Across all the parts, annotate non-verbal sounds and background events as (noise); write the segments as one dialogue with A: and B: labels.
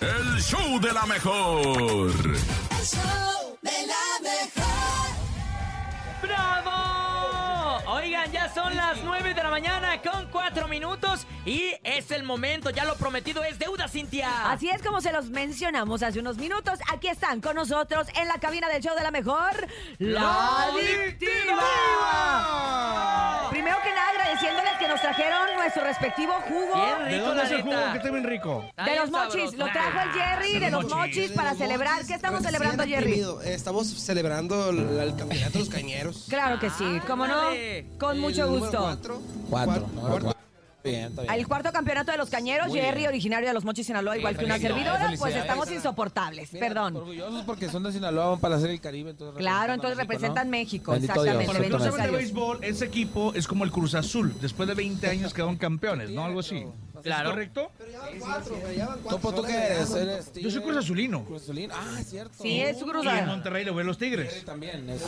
A: El show de la mejor.
B: El show de la mejor.
C: ¡Bravo! Oigan, ya son las 9 de la mañana con 4 minutos y es el momento, ya lo prometido es deuda, Cintia.
D: Así es como se los mencionamos hace unos minutos. Aquí están con nosotros en la cabina del show de la mejor, la adictiva. Primero que nada, agradeciéndoles que nos trajeron nuestro respectivo jugo.
C: Bien
E: ¿De
C: rico,
E: dónde
C: la
E: es el jugo que
C: neta.
E: está bien rico?
C: Está
D: De
C: bien
D: los mochis,
C: sabroso.
D: lo trajo el Jerry, de los mochis para celebrar. ¿Qué estamos celebrando, Jerry?
F: pues, Estamos celebrando el, el campeonato de
D: (laughs)
F: los cañeros.
D: Claro que sí,
C: Ah,
D: como no,
C: dale.
D: con mucho gusto.
F: Cuatro.
G: Cuatro.
F: Cuatro.
G: número cuatro. Bien, está bien.
D: Al cuarto campeonato de los cañeros, Jerry, originario de los Mochis Sinaloa, igual que una
G: felicidades,
D: servidora, pues
G: felicidades.
D: estamos insoportables,
G: Mira,
D: perdón.
H: pues,
G: Orgullosos porque son de Sinaloa, van para hacer el Caribe. Entonces
D: Claro,
G: representan
D: entonces
G: a México,
D: representan
G: ¿no?
D: México,
G: Bendito
D: exactamente.
G: Dios,
E: Para los que no
D: Bendito
G: Gracias
D: sea
E: saben de
D: Dios.
E: béisbol, ese equipo es como el Cruz Azul. Después de 20 años quedaron campeones, ¿no? Algo así.
C: Claro.
E: ¿Es correcto?
F: Pero ya van cuatro, güey, ya van cuatro.
G: Topo, ¿tú
F: Son
G: qué
F: agregados.
G: eres? ¿Eres
E: Yo soy
G: tigre?
E: Cruz Azulino.
G: Cruz Azulino. Ah, es cierto.
D: Sí, es
E: Y en
D: cruzado.
E: Monterrey le voy a los Tigres.
G: Ah, También. es-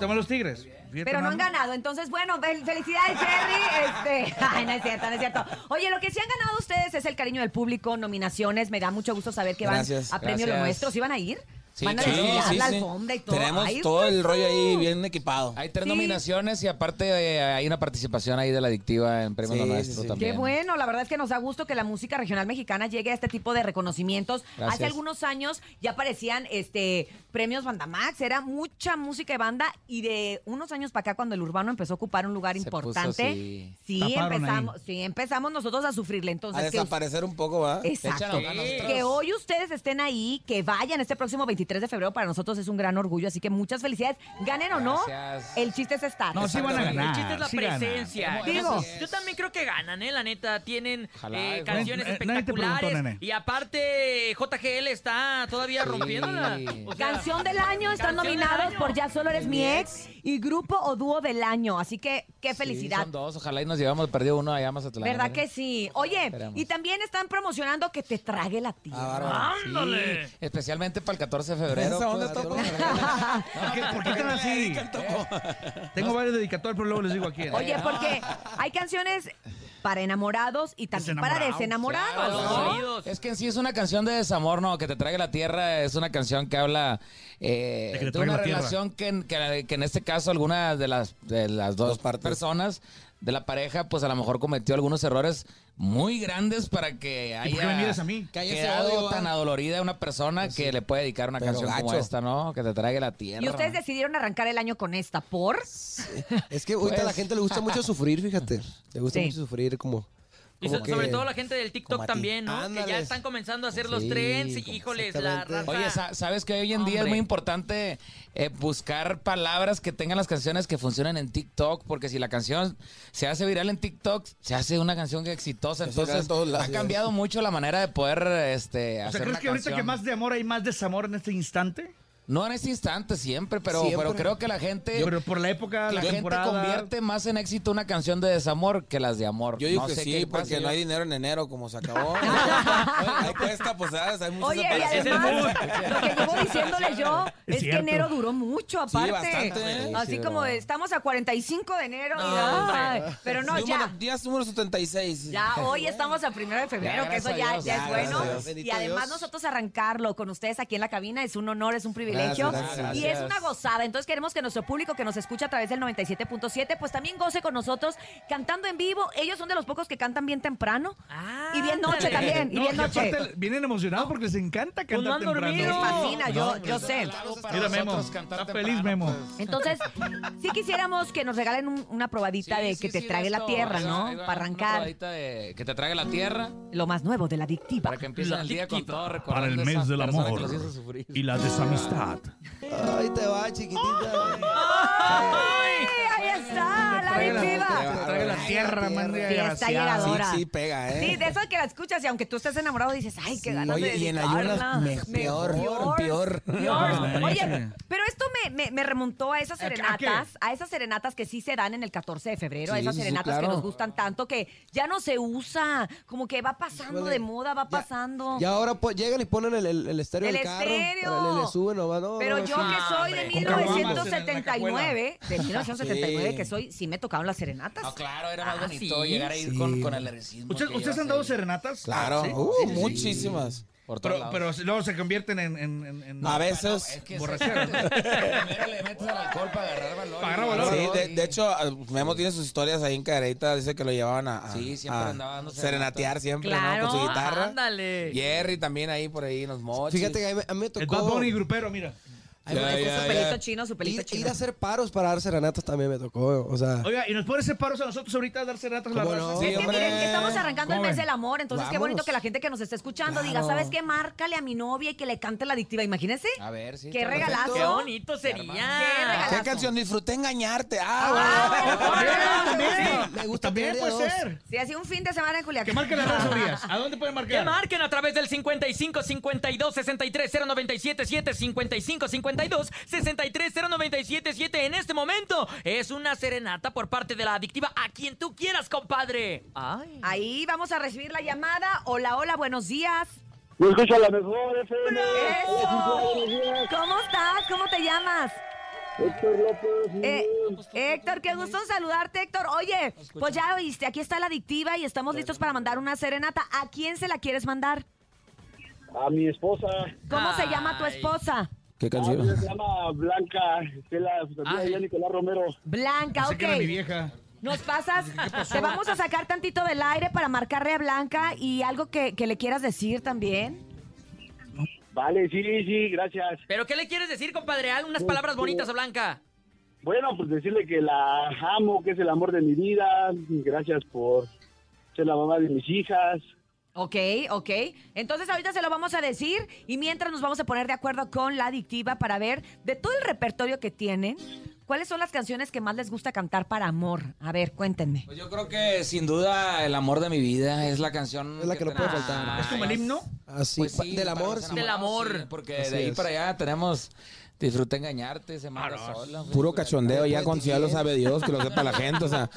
E: También los Tigres. Fíjate
D: Pero no
E: nada
D: han
E: más.
D: ganado. Entonces, bueno, fel- felicidades, Jerry. Este, (laughs) ay, no es cierto, no es cierto. Oye, lo que sí han ganado ustedes es el cariño del público, nominaciones. Me da mucho gusto saber que van
G: Gracias,
D: a premio lo
G: gracias.
D: nuestro. ¿Sí van a ir? van a
H: claro.
D: desfilar
H: Sí,
D: la
G: sí.
D: alfombra y todo.
G: Tenemos
D: Ay,
G: todo el
D: eso.
G: rollo ahí bien equipado.
H: Hay tres
D: Sí.
H: nominaciones y aparte eh, hay una participación ahí de la adictiva en Premio
G: Sí,
H: Lo
G: sí,
H: Nuestro
G: sí.
H: también.
D: Qué bueno, la verdad es que nos da gusto que la música regional mexicana llegue a este tipo de reconocimientos.
H: Gracias.
D: Hace algunos años ya aparecían este premios Bandamax, era mucha música de banda y de unos años para acá cuando el urbano empezó a ocupar un lugar
H: Se puso
D: importante,
H: así.
D: sí
E: Taparon
D: empezamos, sí empezamos nosotros a sufrirle,
G: A
D: entonces que us-
G: desaparecer un poco, ¿va?
D: Exacto.
G: Échanos ganas nosotros.
D: Que hoy ustedes estén ahí, que vayan este próximo 23 de febrero, para nosotros es un gran orgullo, así que muchas felicidades. Ganen o no,
H: Gracias.
D: el chiste es estar.
E: No, sí van a ganar.
C: El chiste es la
E: Ah, sí ganan.
C: presencia.
D: Digo.
C: Entonces, yo también creo que ganan, ¿eh? La neta, tienen
H: Ojalá,
C: eh,
H: güey.
C: canciones
E: Nadie te preguntó,
C: espectaculares.
E: nene.
C: y aparte, JGL está todavía
H: Sí.
C: rompiéndola. O sea,
D: Canción del año están
C: Canción del
D: nominados
C: año.
D: por Ya Solo Eres Mi Ex y Grupo o Dúo del Año. Así que qué
H: Sí,
D: felicidad.
H: son dos, ojalá y nos llevamos perdido uno allá a Mazatlán.
D: ¿Verdad
H: ¿eh?
D: que sí? Oye,
H: Esperamos.
D: y también están promocionando que te trague la
G: Ah,
D: tierra.
G: bárbaro.
C: ¡Ándale!
H: Especialmente para el 14 de febrero.
G: Esa onda,
H: pues,
G: Topo.
H: adiós.
F: (laughs)
E: ¿Por qué, por qué
C: (laughs)
E: están así? Tengo varios dedicatorios, pero luego les digo a quién.
D: Oye, porque hay canciones para enamorados y también para
H: Claro,
D: desenamorados.
H: claro.
D: ¿no?
C: Oídos.
H: Es que en sí es una canción de desamor, ¿no? Que te trague la tierra. Es una canción que habla eh,
E: De que te
H: de,
E: traiga
H: una
E: la tierra.
H: relación que, en- que- que en este caso alguna de las, de las dos,
G: Dos partes.
H: personas de la pareja, pues a lo mejor cometió algunos errores muy grandes para que
E: ¿Y por qué me miras a
H: haya
E: mí?
G: Que haya ese
H: quedado
G: odio, ah. Pues
H: tan adolorida una persona que le puede dedicar una
G: Pero
H: canción como
G: gacho.
H: esta, ¿no? Que te trague la tierra.
D: Y ustedes decidieron arrancar el año con esta, ¿por?
F: Es que ahorita a la
H: Pues.
F: gente le gusta mucho sufrir, fíjate. Le gusta
D: Sí.
F: mucho sufrir como...
C: Y
F: como
C: so-
F: que-
C: sobre todo la gente del TikTok
F: como a ti.
C: también, ¿no? Que ya
F: Ándales.
C: están comenzando a hacer los
H: Sí,
C: trends. Y,
H: como-
C: híjoles, la raza.
F: exactamente.
H: Oye, sa- sabes que hoy en día es
C: Hombre.
H: muy importante eh, buscar palabras que tengan las canciones que funcionen en TikTok, porque si la canción se hace viral en TikTok, se hace una canción que exitosa.
G: Eso era en
H: Entonces,
G: todos lados.
H: ha cambiado mucho la manera de poder este,
E: O
H: hacer
E: sea, ¿crees
H: una
E: que ahorita
H: canción.
E: que más de amor hay más desamor en este instante?
H: No en este instante, siempre, pero,
G: Siempre.
H: pero creo que la gente...
E: Pero por la época, la,
H: la gente
E: temporada...
H: convierte más en éxito una canción de desamor que las de amor.
G: Yo digo
H: No
G: que
H: sé
G: sí,
H: qué pasa,
G: porque
H: yo-
G: no hay dinero en enero, como se
H: (laughs)
G: acabó. Ahí cuesta, pues, ¿sabes? hay muchas
D: Oye, y
G: separaciones.
D: además, lo que llevo diciéndole yo (laughs) es,
E: Es
D: que
E: cierto.
D: enero duró mucho, aparte.
G: bastante, ¿eh?
D: Así
H: Sí,
D: como
H: duró.
D: estamos a 45 de enero. y
C: hombre.
D: ay, pero no,
G: Número-
D: ya.
G: Días número 76.
H: (laughs)
D: Ya hoy estamos a primero de febrero,
H: Ya,
D: que eso
H: gracias a
D: ya,
H: Dios,
D: ya
G: ya,
D: es bueno.
G: gracias a Dios.
D: Y
F: Bendito
D: además
F: Dios.
D: nosotros arrancarlo con ustedes aquí en la cabina es un honor, es un privilegio
G: Gracias, gracias.
D: y es una gozada. Entonces queremos que nuestro público que nos escucha a través del 97.7 pues también goce con nosotros cantando en vivo. Ellos son de los pocos que cantan bien temprano
C: Ah,
D: y bien noche
C: ándale.
D: también, y
E: (laughs) No,
D: bien
E: y
D: noche.
E: aparte vienen emocionados porque les encanta
C: Pues no
E: cantar
C: han
E: temprano.
C: dormido.
D: Les fascina, yo, yo
H: Pues,
D: sé.
H: algo para
E: Mira, Memo,
H: nosotros cantar
E: está
H: temprano,
E: feliz, Memo.
H: pues.
D: Entonces, sí quisiéramos que nos regalen un- una probadita
H: Sí,
D: de
H: sí,
D: que te
H: sí,
D: trague la
H: esto,
D: tierra,
H: ahí va,
D: ¿no?
H: ahí va,
D: Para
H: una
D: arrancar
H: probadita de que te trague la tierra,
D: lo más nuevo de la adictiva.
H: para que empieces
C: La
H: el día con
C: adictiva.
H: todo recordando
E: Para el
H: esas
E: mes del
H: personas que
E: amor
H: los hizo sufrir.
E: y la desamistad.
F: Ay, te va,
D: (laughs)
F: chiquitita.
C: ¡Ay!
D: ¡Ay, ¡Eh, ahí está, la adictiva!
E: Trae la tierra, man.
D: Fiesta
G: Sí,
D: llegadora.
G: sí, pega, ¿eh?
D: Sí, de eso que la escuchas y aunque tú estés enamorado dices, ay, qué ganas
G: Oye,
D: de
G: y en ayunas, me-
D: dedicarla.
G: peor, peor.
D: peor.
E: No,
D: Oye,
E: manches.
D: pero esto me, me, me remontó a esas
E: ¿A qué?
D: serenatas, a esas serenatas que sí se dan en el 14 de febrero, a
G: Sí,
D: esas
G: sí, sí,
D: serenatas que
G: claro.
D: nos gustan tanto que ya no se usa, como que va pasando
F: Híjole,
D: de moda, va
F: ya-
D: pasando.
F: Y ahora pues, llegan y ponen el, el, el estéreo
D: El
F: del carro.
D: estéreo.
F: Le, le suben nomás, no,
D: Pero
F: no,
D: yo
F: sí.
D: que soy de
C: hombre.
G: (laughs)
E: Con caguamas en la
D: 1979, de 1979 que soy, sí me tocaban las serenatas.
H: No, claro, era más
C: Ah,
H: bonito
C: sí.
H: llegar a ir
E: Sí.
H: con, con el erotismo
E: ¿Ustedes,
H: que
E: ustedes han
H: llevas
E: dado
H: ahí.
E: serenatas?
G: Claro,
E: Sí,
G: uh,
E: sí, sí.
G: muchísimas. Por todos
E: Pero,
G: lados.
E: pero luego se convierten en... en- en- en-
G: a
H: No,
G: veces.
H: es que
E: Borrachera.
H: (laughs) primero le metes al alcohol para agarrar valor.
E: Para agarrar valor.
G: Sí, de, de hecho, ah, Memo tiene sus historias ahí en Cadereyta, dice que lo llevaban a, a-
H: Sí, siempre
G: a
H: andaba dando
G: serenatear siempre, ¿no?
D: Claro,
G: Con su guitarra.
C: Ándale.
H: Jerry también ahí por ahí en los mochis.
I: Fíjate que a mí, a mí me
E: El
I: tocó.
E: Bad Bunny grupero, mira.
I: Ay, me
G: Ya,
I: tocó
G: ya,
I: hacer-
G: ya.
D: pelito chino, su pelito
I: ir,
D: chino.
I: ir a hacer paros para dar serenatas también me tocó. O sea,
E: Oiga, ¿y nos puede hacer paros a nosotros ahorita a dar serenatas a la
I: ¿Cómo
E: raza?
I: no?
E: Sí.
D: Es que
G: hombre.
D: miren, que estamos arrancando el mes
E: Joven.
D: del amor, entonces qué bonito
I: Vamos.
D: que la gente que nos está escuchando diga,
I: Claro.
D: ¿sabes qué? Márcale a mi novia y que le cante la adictiva, imagínense.
E: Ah.
H: A ver, sí.
D: Qué
H: está
D: regalazo.
C: Qué
H: perfecto.
C: bonito
D: Qué
C: sería.
D: regalazo.
G: ¿Qué canción? Disfruté engañarte. Ah, bueno.
D: Ah, bueno,
E: También,
D: bueno.
E: también.
I: Me gusta
E: También
I: tener de
E: puede
I: dos.
E: ser.
D: Sí, así un fin de semana en Culiacán.
E: Que marque la raza, Urias. ¿A dónde pueden
C: Que
E: marcar?
C: marquen a través del 55 52 63 097 7 55 52 63 097 7 en este momento es una serenata por parte de la adictiva a quien tú quieras, compadre. Ay.
D: Ahí vamos a recibir la llamada. Hola, hola, buenos días.
J: Yo escucho la mejor FM.
D: ¡Eso! ¿Cómo estás? ¿Cómo te llamas?
J: Héctor López.
D: Eh, Héctor, qué gusto en saludarte, Héctor. Oye, pues ya oíste, aquí está la adictiva y estamos listos para mandar una serenata. ¿A quién se la quieres mandar?
J: A mi esposa.
D: ¿Cómo se llama tu
C: Ay.
D: esposa?
I: ¿Qué
J: Ella
I: canción?
G: pues,
J: se llama Blanca. Es la
C: Ah.
J: sustituta de ella, Nicolás Romero.
D: Blanca,
E: Pensé que era mi
D: ok.
E: vieja.
D: Nos pasas, te vamos a sacar tantito del aire para marcarle a Blanca y algo que, que le quieras decir también.
J: Vale, sí, sí, gracias.
C: ¿Pero qué le quieres decir, compadre? Haz unas palabras bonitas a Blanca.
J: Bueno, pues decirle que la amo, que es el amor de mi vida. Gracias por ser la mamá de mis hijas.
D: Ok, ok. Entonces ahorita se lo vamos a decir y mientras nos vamos a poner de acuerdo con la adictiva para ver de todo el repertorio que tienen, cuáles son las canciones que más les gusta cantar para amor. A ver, cuéntenme.
H: Pues yo creo que sin duda el amor de mi vida es la canción.
I: Es la que no puede faltar.
E: ¿Es como el himno?
G: Ah,
I: Así,
H: Pues sí,
I: del
H: para
I: amor.
H: los
I: sí.
C: Del
H: enamorados,
C: amor.
H: sí, porque
I: Así
H: de ahí
I: es.
H: para allá tenemos Disfruta Engañarte, Semana Sola. pues, güey,
G: Puro
H: Culiacán.
G: cachondeo ya
I: Puede
G: con si ya lo sabe Dios, que lo sepa la gente, o (laughs) sea.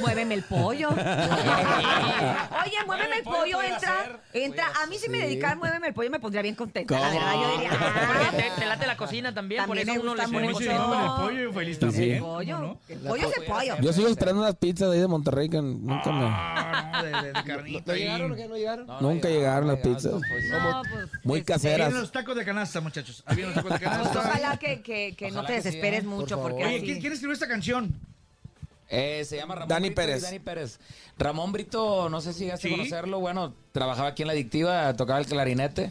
D: Muéveme el (laughs) pollo. Oye, muéveme el pollo,
H: puede
D: entra,
H: hacer,
D: entra. A mí si me dedicaran muéveme el pollo me pondría bien contenta. La verdad, yo (laughs) diría,
C: Porque
D: ah,
C: te, te late la cocina también,
D: También
C: por
D: me
C: eso uno
D: gusta
C: le pone
D: mucho.
E: Sí,
C: mucho.
E: no, el pollo feliz también. ¿cómo
D: pollo.
E: no?
D: El pollo es el pollo.
G: Yo sigo esperando unas pizzas de ahí de Monterrey que nunca me.
E: Ah, no, de, de- de carnita.
I: ¿No llegaron o
E: ahí.
I: qué? ¿No llegaron?
H: No, no
G: Nunca
H: llegaba,
G: llegaron
H: no
G: las
H: llegaba,
G: pizzas.
H: pues, no.
D: No, pues,
G: Muy
E: Vienen
G: caseras.
E: los tacos de canasta, muchachos. Había los tacos de
D: pues,
E: canasta.
D: ojalá que, que- que no
H: Ojalá
D: te
H: que sí,
D: desesperes
H: ¿eh?
D: mucho
I: Por
D: porque
I: favor.
E: Oye,
D: así-
E: ¿quién, quién escribió esta canción?
H: Eh, se llama Ramón
G: Dani
H: Brito y
G: Pérez.
H: Dani Pérez. Ramón Brito, no sé si llegaste
E: Sí.
H: a conocerlo. Bueno, trabajaba aquí en la adictiva, tocaba el clarinete.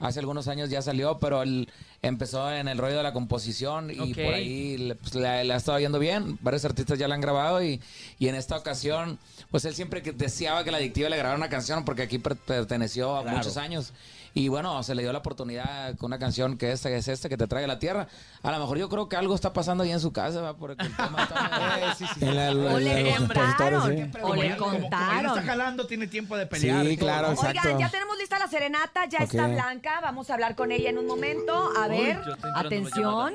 H: Hace algunos años ya salió, pero él empezó en el rollo de la composición y
C: Ok.
H: por ahí le, pues, le- le ha estado yendo bien. Varios artistas ya la han grabado y, y en esta ocasión, pues él siempre que deseaba que la adictiva le grabara una canción porque aquí per- perteneció a muchos años. Y bueno, se le dio la oportunidad con una canción que esta que es esta, que te trae a la tierra. A lo mejor yo creo que algo está pasando ahí en su casa, ¿va? porque el tema está...
G: En la- en la-
D: O le
G: los ¿eh? compositores,
D: contaron.
G: sí.
D: O
E: Como
D: le
E: ya- como- como ya no
D: contaron.
E: está jalando, tiene tiempo de pelear.
G: Sí,
E: y todo,
G: claro,
E: ¿no?
G: exacto.
D: Oigan, ya tenemos lista la serenata, ya está
G: Ok.
D: Blanca, vamos a hablar con ella en un momento. A
E: Uy,
D: ver,
E: ya está entrando la
D: atención.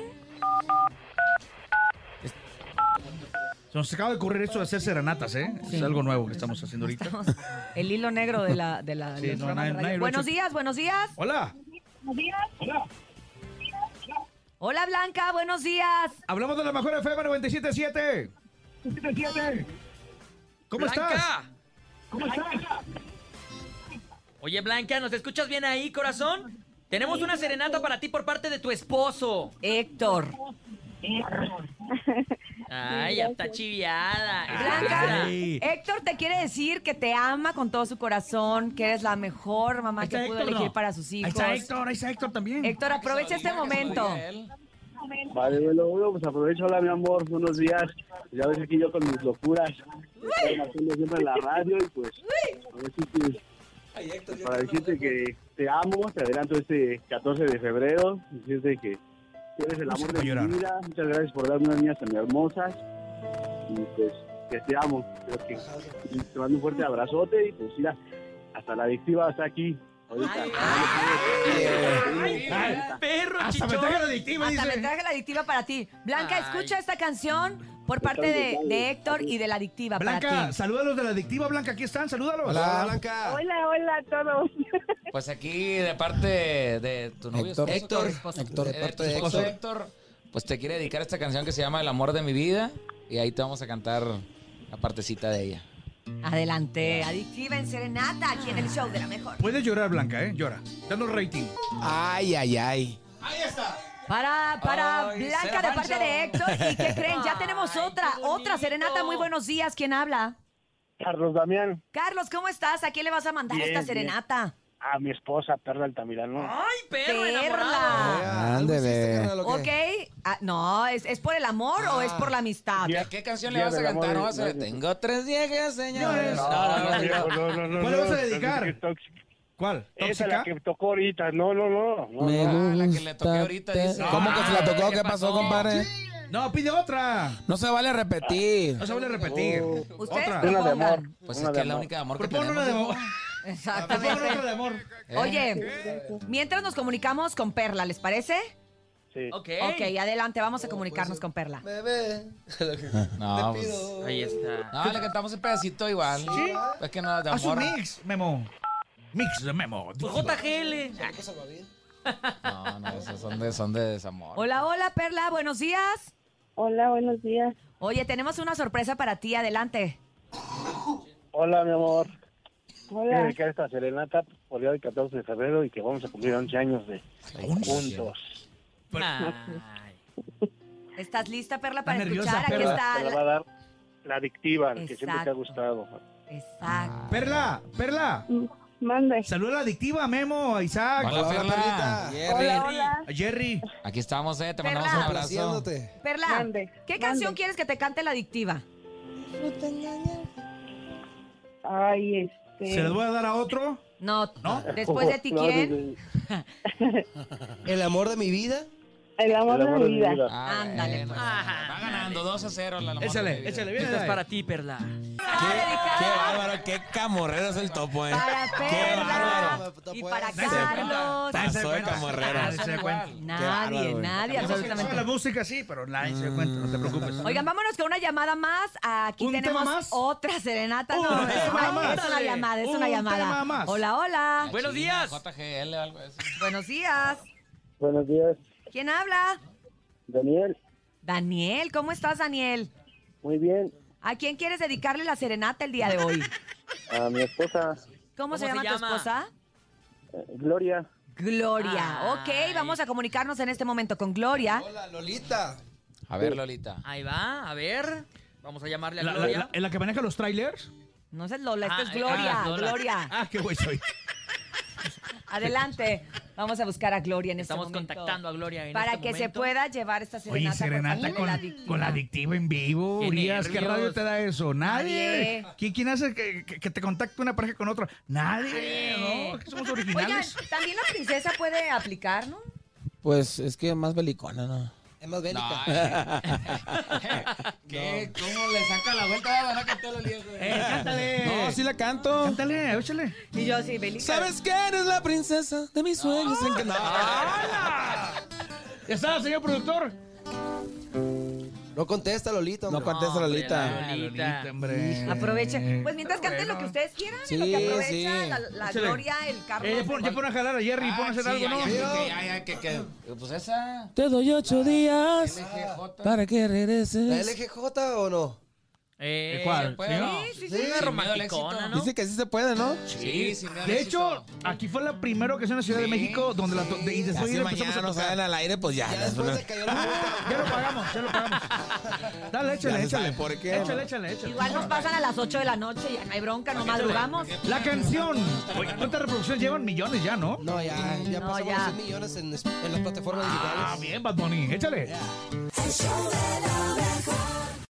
E: Se nos acaba de ocurrir esto de hacer serenatas, ¿eh? Es algo nuevo que estamos haciendo ahorita.
D: El hilo negro de la... De la
E: Sí,
D: del
E: no,
D: programa de
E: nadie-
D: radio.
E: nadie lo ha
D: buenos
E: hecho.
D: días, buenos días.
E: Hola.
D: Hola Blanca, buenos días.
E: Hablamos de la mejor FM 977. ¿Cómo estás?
C: Blanca. Oye, Blanca, ¿nos escuchas bien ahí, corazón? Tenemos una serenata para ti por parte de tu esposo.
D: Héctor.
C: Ay, ya está
D: Ah,
C: chiviada.
D: Blanca,
E: Ay.
D: Héctor te quiere decir que te ama con todo su corazón, que eres la mejor mamá que pudo elegir para sus
E: Ahí
D: hijos.
E: está Héctor, ahí está Héctor también.
D: Héctor, aprovecha este momento.
J: Vale, bueno, bueno, pues aprovecho. Hola, mi amor. Buenos días. Ya ves aquí yo con mis locuras. Estoy haciendo siempre en la radio y pues. A ver si te- para decirte que te amo, te adelanto este 14 de febrero, decirte que eres el amor de mi
E: Llorar.
J: vida, muchas gracias por darme unas niñas tan hermosas y pues que te amo, Creo que- y te mando un fuerte abrazote y pues mira, hasta la adictiva está aquí. ahorita.
C: Perro,
E: Hasta me
C: chichón.
E: traje la adictiva,
D: Hasta me
E: dice.
D: traje la adictiva para ti. Blanca,
C: Ay.
D: escucha esta canción por parte de, de Héctor y de la adictiva para
E: Blanca,
D: ti.
E: salúdalos de la adictiva, Blanca, aquí están, salúdalos.
I: Hola, Blanca.
J: Hola, hola a todos. (laughs)
H: Pues aquí, de parte de tu novio.
G: Héctor. Héctor.
H: esposo, Héctor,
G: Héctor, de parte
H: tu
G: de
H: esposo
G: Héctor.
H: Héctor, pues te quiere dedicar esta canción que se llama El amor de mi vida. Y ahí te vamos a cantar la partecita de ella.
D: Adelante, adictiva en serenata, aquí en el show de la mejor.
E: Puedes llorar, Blanca, ¿eh? Llora. Danos rating.
G: Ay, ay, ay.
D: Para, para
H: Ay,
D: Blanca
H: Cera
D: de
H: Pancho.
D: parte de Héctor. ¿Y qué creen? Ya tenemos otra, otra serenata. Muy buenos días, ¿quién habla?
J: Carlos Damián,
D: Carlos, ¿cómo estás? ¿A quién le vas a mandar
J: Bien,
D: esta
J: bien.
D: serenata?
J: a mi esposa Perla Altamirano.
C: ¡Ay, perro
D: Perla.
C: enamorado!
H: Ah,
G: Ándele.
D: Ok, ah, no, ¿es, es por el amor o es por la amistad?
J: Bien.
H: ¿A qué canción le
J: Día
H: vas a
J: del amor
H: cantar?
J: y
H: No vas a
J: la-
H: Tengo tres viejas, señores.
E: No,
H: No, no, no, no.
J: viejo, no, no, no,
E: Ah, ¿Cuál le
J: no,
E: vas a
J: es
E: dedicar?
J: que es tóxica.
E: ¿Cuál?
J: Esa es la
E: ¿Tóxica?
J: que tocó ahorita. No, no, no. no,
G: Me
J: no.
H: Ah, la que
G: gusta
H: le toqué ahorita,
G: te-
H: dice.
G: ¿Cómo que se la tocó?
C: Ay,
G: ¿Qué
C: ¿qué
G: pasó,
C: pasó?
G: compadre?
E: No, pide otra.
G: No se vale repetir.
E: No se vale repetir.
D: Oh. Ustedes
E: Otra.
J: Una de amor.
D: propongan.
H: Pues
J: una
H: es que
J: de
H: es la
J: amor.
H: única de amor que
E: Propon una de
H: tenemos.
E: amor. Propon (laughs)
D: Exactamente.
E: otra de amor.
H: ¿eh?
D: Oye, mientras nos comunicamos con Perla, ¿les parece?
J: Sí.
C: Ok.
D: Ok, adelante, vamos a comunicarnos con Perla.
I: Bebé,
H: No, pues-
C: Ahí está.
H: No, le cantamos un pedacito igual.
E: Sí.
H: Es que no, de
E: Haz un
H: amor.
E: mix, Memo. Mix de Memo.
C: Pues JGL. Ah,
H: No, no, esos son de, son de desamor.
D: Hola, hola, Perla, buenos días.
K: Hola, buenos días.
D: Oye, tenemos una sorpresa para ti, adelante.
J: Hola, mi amor. Quiero
K: Hola.
J: dedicar esta serenata por día del 14 de febrero y que vamos a cumplir 11 años de juntos.
D: Pues,
C: Ay.
D: ¿Estás lista, Perla, para
E: Está nerviosa,
D: escuchar? Aquí
E: Perla.
D: está.
J: Te la va a
D: la-
J: dar la adictiva, la que siempre te ha
D: Exacto.
J: gustado.
E: Ah.
D: Exacto.
E: Perla, Perla.
D: Mm.
K: Mande.
E: Saluda a la adictiva, Memo, a Isaac.
H: Hola, Perla.
K: Hola, hola.
E: A Jerry.
H: Aquí estamos, eh. Te
D: Perla.
H: mandamos un abrazo.
G: Complaciéndote.
D: Perla,
K: Mande,
D: ¿qué
K: mande.
D: canción quieres que te cante la adictiva?
K: Ay,
E: ¿Se las
K: este.
E: voy a dar a otro?
D: No,
E: ¿No?
D: después de ti,
J: No,
D: ¿quién?
J: desde-
I: el amor de mi vida.
K: El amor,
J: el amor
K: de mi vida.
H: Ah,
D: Ándale,
H: bueno.
D: pues.
H: Va ganando 2 a 0 la amor de mi
E: Échale,
H: vida.
E: échale. Viene
C: Esta es
E: ahí.
C: para ti, Perla.
G: Qué bárbaro, qué camorrero es el topo, eh.
D: Para Perla
I: bárbaro.
D: y para
E: Nadie se
D: Carlos.
G: Pasó de
E: cuenta.
G: camorrero.
E: Ah, se cuenta.
D: Nadie,
G: bárbaro.
D: nadie,
E: Sabe la
D: absolutamente.
E: música sí, pero nadie se cuenta,
C: Mm.
E: no te preocupes.
D: Oigan, vámonos con una llamada más. Aquí
E: ¿Un
D: tenemos
E: tema más?
D: otra serenata.
E: Un
D: No, es,
E: tema
D: una,
E: más.
D: es una llamada, es una
E: Un
D: llamada.
E: tema más.
D: Hola, hola.
C: Buenos días.
H: JGL o algo de eso.
D: Buenos días.
J: Buenos días,
D: ¿Quién habla?
J: Daniel.
D: Daniel, ¿cómo estás, Daniel?
J: Muy bien.
D: ¿A quién quieres dedicarle la serenata el día de hoy?
J: A mi esposa,
D: ¿Cómo,
C: se
D: se, llama tu
C: llama?
D: esposa?
J: eh, Gloria.
D: Gloria.
C: Ay.
D: Ok, vamos a comunicarnos en este momento con Gloria.
I: Hola, Lolita.
H: A ver, Lolita.
C: Ahí va, a ver. Vamos a llamarle a
E: La- la-
C: Gloria.
E: la- ¿En la que maneja los trailers?
D: No es Lola,
C: Ah,
D: esto es
C: eh,
D: Gloria,
C: ah, Lola.
D: Gloria.
E: Ah, qué güey soy.
D: Adelante. Vamos a buscar a Gloria en este
C: Estamos
D: momento.
C: contactando a Gloria en
D: Para
C: este
D: que se
C: momento.
D: pueda llevar esta (laughs) serenata.
E: Oye,
D: por
E: serenata
D: favor,
E: con,
D: de la adictiva.
E: con la adictiva en vivo.
C: Qué
E: Urias, ¿qué
C: nervios.
E: radio te da eso? Nadie.
D: Nadie.
E: ¿Qui- ¿Quién hace que, que- que te contacte una pareja con otra? Nadie.
D: Nadie.
E: No, que somos
D: Oigan,
E: originales.
D: también la princesa puede aplicar, ¿no?
G: Pues es que más belicona, ¿no?
I: Es más
H: No,
I: bélica. (laughs)
H: eh. (laughs) ¿Qué? ¿Cómo le saca la vuelta? Ah, van a cantar los líos, güey.
E: Eh, cántale.
G: No, sí la canto.
E: Cántale, échale.
D: Y yo sí, Belinda.
G: ¿Sabes que eres la princesa de mis sueños? en que- No.
E: Ya está, señor productor.
I: (laughs) No contesta, Lolita.
G: No
I: hombre.
G: contesta Lolita.
C: hombre, Lolita.
E: hombre.
D: Aprovechen. Pues mientras
E: Está
D: canten lo
E: Eh, bueno.
D: que ustedes quieran, y
G: Sí,
D: lo que aprovecha
G: sí.
D: la, la
E: Échale.
D: Gloria, el Carlos.
E: Eh, ya, pon, ya pon a jalar a Jerry, pon a hacer
H: Ah, Sí,
E: algo, ¿no?
H: ya, ya, ya, ya, que- que- Pues esa.
G: Te doy ocho días
H: LGJ.
G: para que
I: ¿La
G: regreses.
I: LGJ o no?
C: Eh,
E: ¿Cuál?
H: ¿Se puede,
E: ¿Sí?
H: no?
C: Sí, sí,
G: Sí,
C: una
G: sin
C: romanticona,
H: miedo al
C: ¿no?
G: Dice que sí se puede, ¿no?
H: Sí, sin miedo al
E: De
H: éxito.
E: hecho, aquí fue la primera ocasión en la Ciudad de
H: Sí,
E: México donde la to- y
G: Ya
E: después
G: si
E: ya la empezamos
G: mañana
E: a
G: no
E: tocar.
G: salen al aire, pues ya.
I: Ya después se cayó la multa.
E: Ya lo pagamos, ya lo pagamos. Dale, échale,
G: Ya se
E: échale.
G: sabe por qué.
E: Échale, échale, échale.
D: Igual nos pasan a las 8 de la noche, ya no hay bronca, no madrugamos.
E: La canción. Oye, ¿Cuántas reproducciones llevan? Millones ya, ¿no?
I: No, ya, ya
D: No,
I: pasamos
D: ya.
I: 100 millones en, en las plataformas digitales.
E: Ah, bien, Bad Bunny. Échale.
B: El show